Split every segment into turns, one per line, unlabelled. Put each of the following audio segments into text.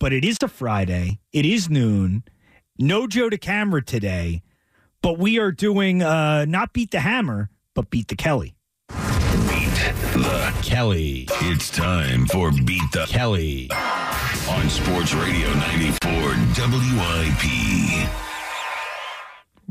but it is a Friday. It is noon. No Joe to camera today, but we are doing uh, not beat the hammer, but beat the Kelly.
The Kelly. It's time for Beat the Kelly on Sports Radio 94 WIP.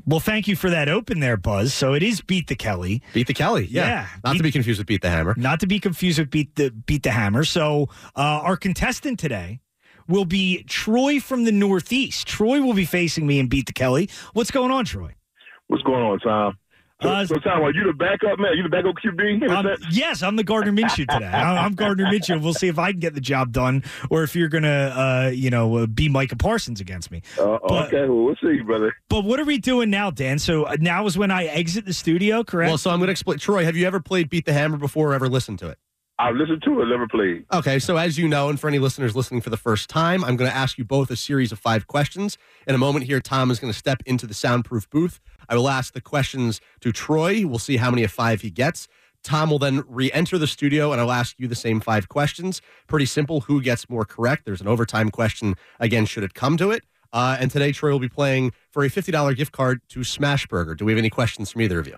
Well, thank you for that open there, Buzz. So it is beat the Kelly,
Beat the Kelly. Yeah.
Yeah.
Not to be confused with Beat the Hammer.
not to be confused with beat the beat the hammer. So uh, our contestant today will be Troy from the Northeast. Troy will be facing me in beat the Kelly. What's going on, Troy?
What's going on, Tom?
Uh,
so, Tom, are you the backup man? You the backup QB?
Um, yes, I'm the Gardner Minshew today. I- I'm Gardner Minshew. We'll see if I can get the job done, or if you're gonna, uh, you know, uh, be Micah Parsons against me.
Uh,
but-
okay, well, we'll see, brother.
But what are we doing now, Dan? So uh, now is when I exit the studio, correct?
Well, so I'm going to explain. Troy, have you ever played Beat the Hammer before or ever listened to it?
I've listened to it, never played.
Okay, so as you know, and for any listeners listening for the first time, I'm going to ask you both a series of five questions. In a moment here, Tom is going to step into the soundproof booth. I will ask the questions to Troy. We'll see how many of five he gets. Tom will then re enter the studio, and I'll ask you the same five questions. Pretty simple who gets more correct? There's an overtime question, again, should it come to it. Uh, and today, Troy will be playing for a $50 gift card to Smashburger. Do we have any questions from either of you?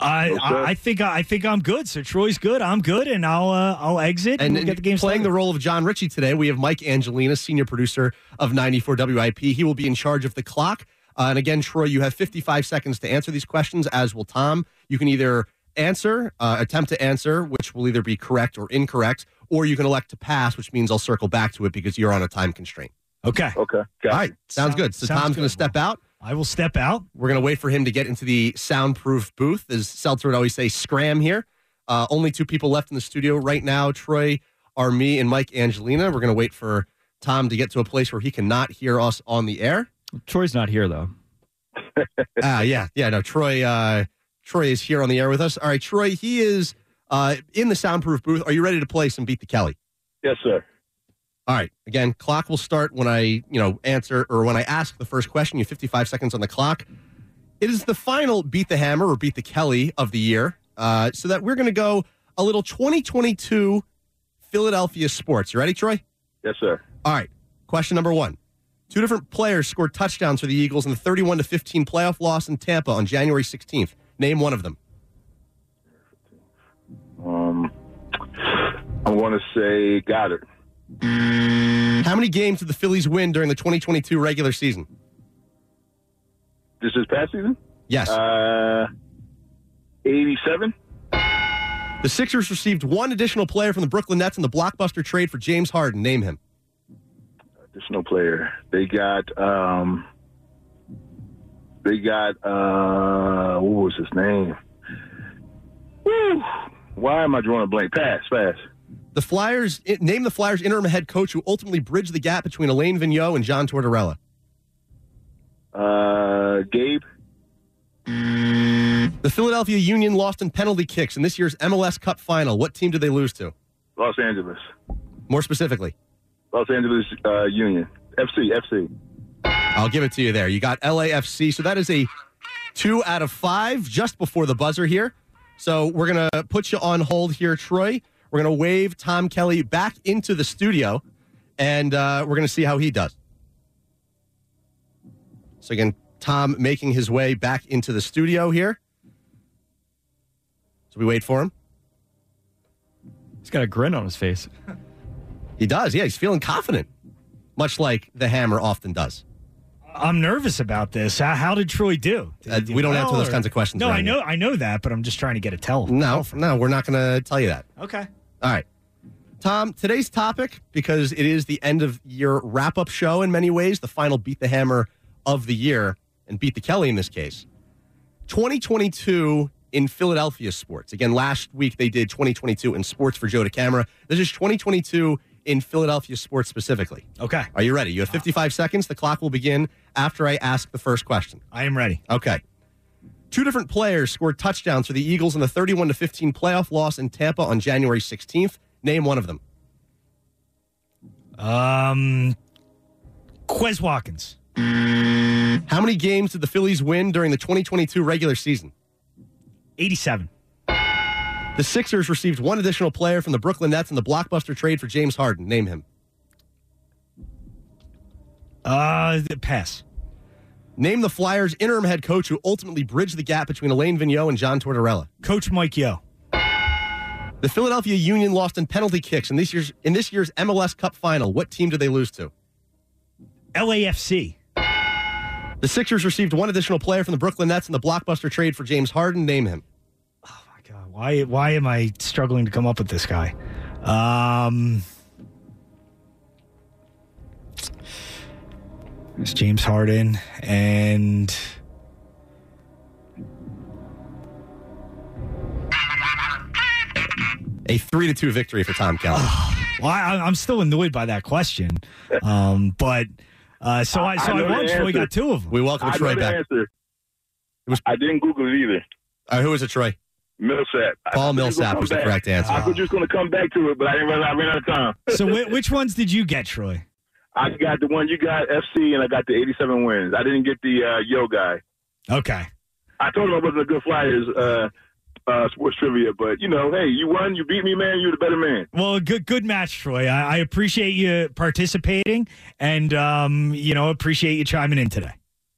I,
Okay.
I, I think I, think I'm good. So Troy's good. I'm good, and I'll uh, I'll exit and,
And
we'll get the game
playing the
started.
role of John Ritchie today, we have Mike Angelina, senior producer of 94 WIP. He will be in charge of the clock. Uh, and again, Troy, you have 55 seconds to answer these questions, as will Tom. You can either answer, uh, attempt to answer, which will either be correct or incorrect, or you can elect to pass, which means I'll circle back to it because you're on a time constraint.
Okay,
Okay, got
All right, sounds,
Sounds-
good. So
sounds
Tom's going
good.
to step out.
I will step out.
We're going to wait for him to get into the soundproof booth. As Seltzer would always say, scram here. Uh, only two people left in the studio right now. Troy are me and Mike Angelina. We're going to wait for Tom to get to a place where he cannot hear us on the air.
Troy's not here though.
Ah, yeah, yeah. No, Troy. Uh, Troy is here on the air with us. All right, Troy. He is uh, in the soundproof booth. Are you ready to play some Beat the Kelly?
Yes, sir.
All right. Again, clock will start when I, you know, answer or when I ask the first question. You have 55 seconds on the clock. It is the final beat the hammer or beat the Kelly of the year. Uh, so that we're going to go a little 2022 Philadelphia sports. You ready, Troy?
Yes, sir.
All right. Question number one. Two different players scored touchdowns for the Eagles in the 31 to 15 playoff loss in Tampa on January 16th. Name one of them.
Um, I want to say Goddard.
How many games did the Phillies win during the 2022 regular season?
This is past season?
Yes.
Uh, 87?
The Sixers received one additional player from the Brooklyn Nets in the blockbuster trade for James Harden. Name him.
There's no player. They got, um, they got, uh, what was his name? Woo! Why am I drawing a blank? Pass, pass.
The Flyers i- name the Flyers interim head coach who ultimately bridged the gap between Elaine Vigneault and John Tortorella.
Uh, Gabe?
The Philadelphia Union lost in penalty kicks in this year's MLS Cup final. What team did they lose to?
Los Angeles.
More specifically,
Los Angeles uh, Union. FC, FC.
I'll give it to you there. You got LAFC, so that is a two out of five just before the buzzer here. So we're gonna put you on hold here, Troy. We're gonna wave Tom Kelly back into the studio, and uh, we're gonna see how he does. So again, Tom making his way back into the studio here. So we wait for him.
He's got a grin on his face.
He does. Yeah, he's feeling confident, much like the hammer often does.
I'm nervous about this. How, how did Troy do? Did
Uh,
he do
we don't
well,
answer those
or-
kinds of questions
No, I
around
know I know that, but I'm just trying to get a tell.
No, no, we're not gonna tell you that.
Okay.
All right. Tom, today's topic, because it is the end of year wrap up show in many ways, the final Beat the Hammer of the year, and Beat the Kelly in this case. 2022 in Philadelphia sports. Again, last week they did 2022 in sports for Joe to camera. This is 2022 in Philadelphia sports specifically.
Okay.
Are you ready? You have 55 seconds. The clock will begin after I ask the first question.
I am ready.
Okay. Two different players scored touchdowns for the Eagles in the 31 to 15 playoff loss in Tampa on January 16th. Name one of them.
Um, Quez Watkins.
How many games did the Phillies win during the 2022 regular season?
87.
The Sixers received one additional player from the Brooklyn Nets in the blockbuster trade for James Harden. Name him.
Uh, the pass.
Name the Flyers interim head coach who ultimately bridged the gap between Elaine Vigneault and John Tortorella.
Coach Mike Yo.
The Philadelphia Union lost in penalty kicks in this year's in this year's MLS Cup final. What team did they lose to?
LAFC.
The Sixers received one additional player from the Brooklyn Nets in the blockbuster trade for James Harden. Name him.
Oh my God. Why, why am I struggling to come up with this guy? Um, it's James Harden and.
A three to two victory for Tom Kelly.
Well, I, I'm still annoyed by that question. Um, but uh, so I, so
I
I,
know the
once really
answer.
got two of them.
we welcome
I
Troy
know the
back.
answer.
was-
I didn't Google it either.
Uh, who is it, Troy?
Millsap. I
Paul
thought you was gonna
Millsap
come
was the
back.
correct answer.
I thought you was going to come back to it, but I didn't realize I ran out of time.
So whi which ones did you get, Troy?
I got the one you got, FC, and I got the 87 wins. I didn't get the uh, Yo guy.
Okay.
I told him I wasn't a good Flyers uh, uh, sports trivia, but, you know, hey, you won, you beat me, man, you're the better man.
Well, good good match, Troy. I, I appreciate you participating, and um, you know appreciate you chiming in today.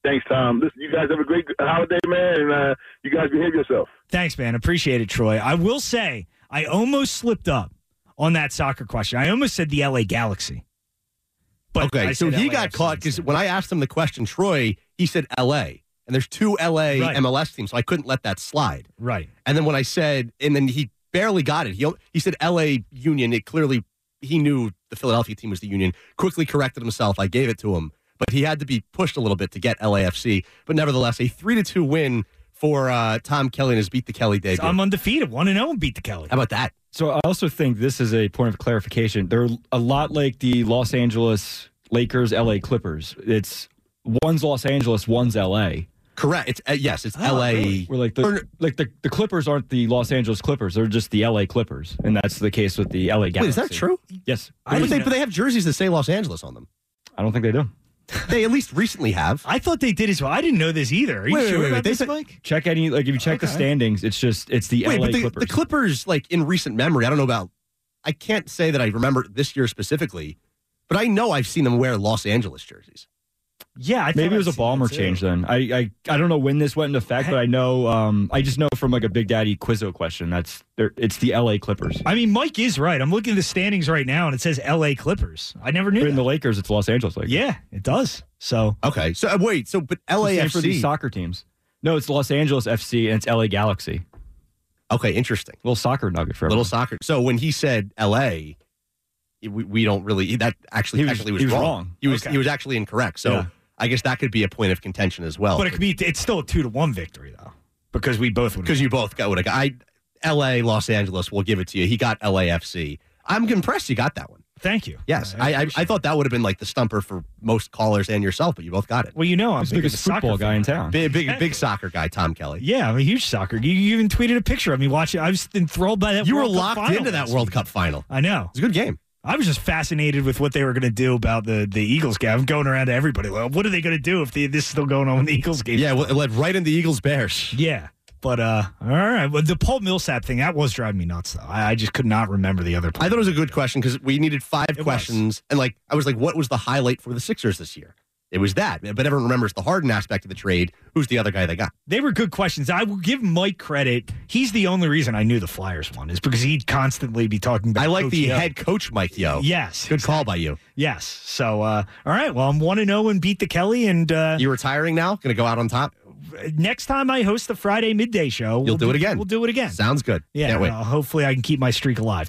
Thanks, Tom. Listen, you guys have a great holiday, man, and uh, you guys behave yourself.
Thanks, man. Appreciate it, Troy. I will say I almost slipped up on that soccer question. I almost said the L.A. Galaxy. But
Okay,
I
so
said
he
LAFC
got caught because
instead.
when I asked him the question, Troy, he said L.A. and there's two L.A.
Right.
MLS teams, so I couldn't let that slide.
right.
And then when I said, and then he barely got it. He he said L.A. Union. It clearly he knew the Philadelphia team was the Union. Quickly corrected himself. I gave it to him, but he had to be pushed a little bit to get LAFC. But nevertheless, a three to two win for uh, Tom Kelly and his beat the Kelly debut.
I'm undefeated, one and zero, and beat the Kelly.
How about that?
So I also think this is a point of clarification. They're a lot like the Los Angeles Lakers, LA Clippers. It's one's Los Angeles, one's LA.
Correct. It's uh, yes, it's
Oh,
L.A.
really?
We're like the like the, the Clippers aren't the Los Angeles Clippers. They're just the LA Clippers, and that's the case with the LA Galaxy.
Wait, is that true?
Yes,
I
but,
I,
didn't
they,
know.
but they have jerseys that say Los Angeles on them.
don't think they do.
They at least recently have.
I thought they did as well. I didn't know this either. Are you
Wait, wait,
sure
wait, wait.
about
They
this,
said-
Mike?
Check any like if you check the
Okay.
standings, it's just it's the
Wait,
LA
but the
Clippers.
the Clippers, like in recent memory, I don't know about. I can't say that I remember this year specifically, but I know I've seen them wear Los Angeles jerseys.
Yeah, I
Maybe it was a Balmer change then. I, I I don't know when this went into effect, but I know um I just know from like a Big Daddy Quizzo question that's there it's the LA Clippers.
I mean, Mike is right. I'm looking at the standings right now, and it says L.A. Clippers. I never knew.
But in
that.
the Lakers, it's Los Angeles Lakers.
yeah, it does. So
Okay, so uh, wait, so but
It's the same for these
LAFC.
soccer teams. No, it's Los Angeles FC and it's LA Galaxy.
Okay, interesting.
Little soccer nugget for
Little
everyone.
soccer. So when he said LA, we, we don't really. That actually
He was-
actually was,
he was
wrong.
wrong.
He was
Okay.
he was actually incorrect. So
Yeah.
I guess that could be a point of contention as well.
But it could be. It's still a two to one victory though, because we both would.
because you both got what I got. I, L.A. Los Angeles will give it to you. He got LAFC. I'm impressed you got that one.
Thank you.
Yes,
Uh,
I I, I
appreciate
thought that would have been like the stumper for most callers and yourself, but you both got
it.
it.
Well, you know, I'm
He's the
big of
biggest
a soccer
football guy
fan.
in town.
Big big big soccer guy, Tom Kelly.
Yeah, I'm a huge soccer. You, you even tweeted a picture of me watching. I was enthralled by that.
You were
World Cup
locked
final
into that
last
World
week.
Cup final.
I know.
It's a good game.
I was just fascinated with what they were going to do about the the Eagles game. I'm going around to everybody. Like, what are they going to do if the, this is still going on in the Eagles game?
Yeah, well, it led right into Eagles Bears.
Yeah. But uh, all right. Well, the Paul Millsap thing that was driving me nuts though. I, I just could not remember the other.
I thought it was a good question because we needed five
was.
questions, and like I was like, what was the highlight for the Sixers this year? It was that, but everyone remembers the Harden aspect of the trade. Who's the other guy they got?
they were good questions. I will give Mike credit. He's the only reason I knew the Flyers one is because he'd constantly be talking about.
I like
Coach
the
Yo.
head coach, Mike Yo.
Yes,
Good call by you.
yes. So uh, all right. Well, I'm one and zero and beat the Kelly. And uh,
You retiring now? Going to go out on top?
next time I host the Friday midday show, we'll
You'll do it again.
We'll do it again.
Sounds good.
yeah.
Can't wait.
well, hopefully, I can keep my streak alive.